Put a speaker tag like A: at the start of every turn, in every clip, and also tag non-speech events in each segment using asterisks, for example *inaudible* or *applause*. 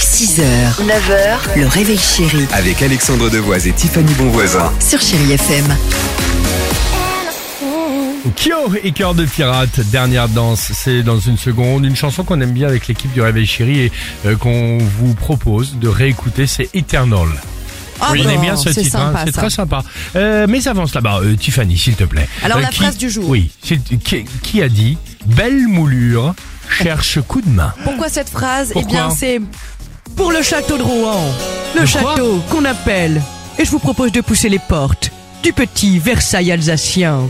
A: 6h, 9h, le réveil chéri
B: Avec Alexandre Devoise et Tiffany Bonvoisin.
A: sur Chérie FM.
C: Kyo et Cœur de Pirate, dernière danse, c'est dans une seconde, une chanson qu'on aime bien avec l'équipe du Réveil Chéri et euh, qu'on vous propose de réécouter, c'est Eternal.
D: Ah
C: On
D: bon,
C: aime bien ce
D: c'est
C: titre, hein,
D: sympa,
C: c'est
D: ça.
C: très sympa. Euh, mais avance là-bas, euh, Tiffany, s'il te plaît. Euh,
D: Alors, la
C: qui-
D: phrase du jour.
C: Oui, c'est- qui, qui a dit Belle moulure cherche coup de main.
D: Pourquoi cette phrase
C: Pourquoi
D: Eh bien, c'est pour le château de Rouen. Le
C: De quoi
D: château qu'on appelle. Et je vous propose de pousser les portes du petit
C: *laughs*
D: Versailles alsacien.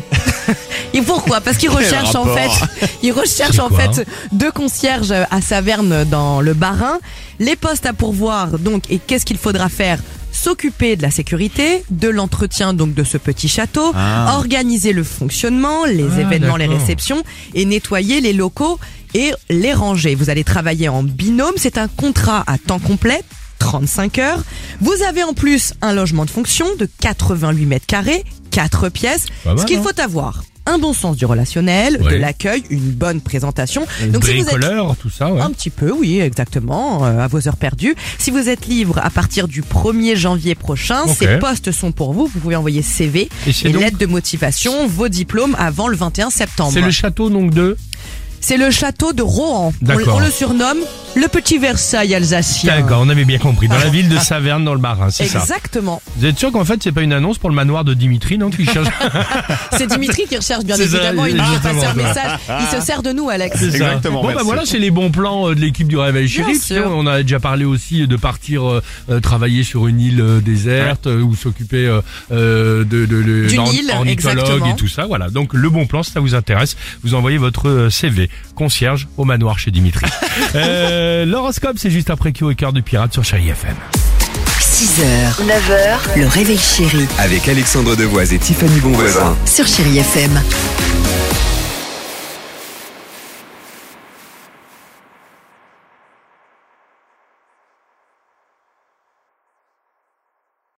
D: Et pourquoi Parce qu'il recherche en fait, *laughs* il recherche
C: C'est
D: en
C: quoi
D: fait deux concierges à Saverne dans le Bas-Rhin. Les postes à pourvoir donc et qu'est-ce qu'il faudra faire S'occuper de la sécurité, de l'entretien donc de ce petit château, organiser le fonctionnement, les
C: Ah,
D: événements, les
C: d'accord.
D: réceptions réception et nettoyer les locaux et les ranger. Vous allez travailler en binôme, c'est un contrat à temps complet. 35 heures. Vous avez en plus un logement de fonction de 88 mètres carrés, 4 pièces.
C: Pas mal,
D: ce qu'il
C: hein
D: faut avoir, un bon sens du relationnel, de
C: Ouais.
D: l'accueil, une bonne présentation. Donc si vous êtes
C: Bricoleur, tout ça, ouais.
D: un petit peu, oui, exactement, euh, à vos heures perdues. Si vous êtes libre à partir du 1er janvier prochain,
C: Ok.
D: ces postes sont pour vous. Vous pouvez envoyer CV
C: Et c'est
D: et
C: donc-
D: lettre de motivation, vos diplômes avant le 21 septembre.
C: C'est le château donc de
D: C'est le château de Rohan. On,
C: D'accord.
D: on le surnomme le petit Versailles alsacien.
C: D'accord, on avait bien compris. Dans la
D: Ah.
C: ville de Saverne, dans le Bas-Rhin, c'est ça.
D: Exactement.
C: Vous êtes sûr qu'en fait, c'est pas une annonce pour le manoir de Dimitri, non qui cherche...
D: C'est Dimitri qui recherche bien
C: C'est ça,
D: évidemment. il nous
C: exactement.
D: passe un message. Il se sert de nous, Alex.
C: C'est ça.
E: Exactement,
C: Bon, bah
E: merci.
C: voilà, c'est les bons plans euh, de l'équipe du Réveil Chéri.
D: Bien
C: Tu sais,
D: sûr.
C: On a déjà parlé aussi de partir euh, euh, travailler sur une île euh, déserte euh, ou s'occuper euh, euh, de, de, de
D: D'une
C: l'or-
D: île,
C: ornithologue
D: exactement.
C: et tout ça. Voilà. Donc le bon plan, si ça vous intéresse, vous envoyez votre euh, CV concierge au manoir chez
D: *laughs*
C: Dimitri. Euh, L'horoscope, c'est juste après Q et cœur du pirate sur Chéri FM.
A: 6h, 9h, le réveil chéri
B: Avec Alexandre Devoise et Tiffany Bonvoisin.
A: sur Chérie FM.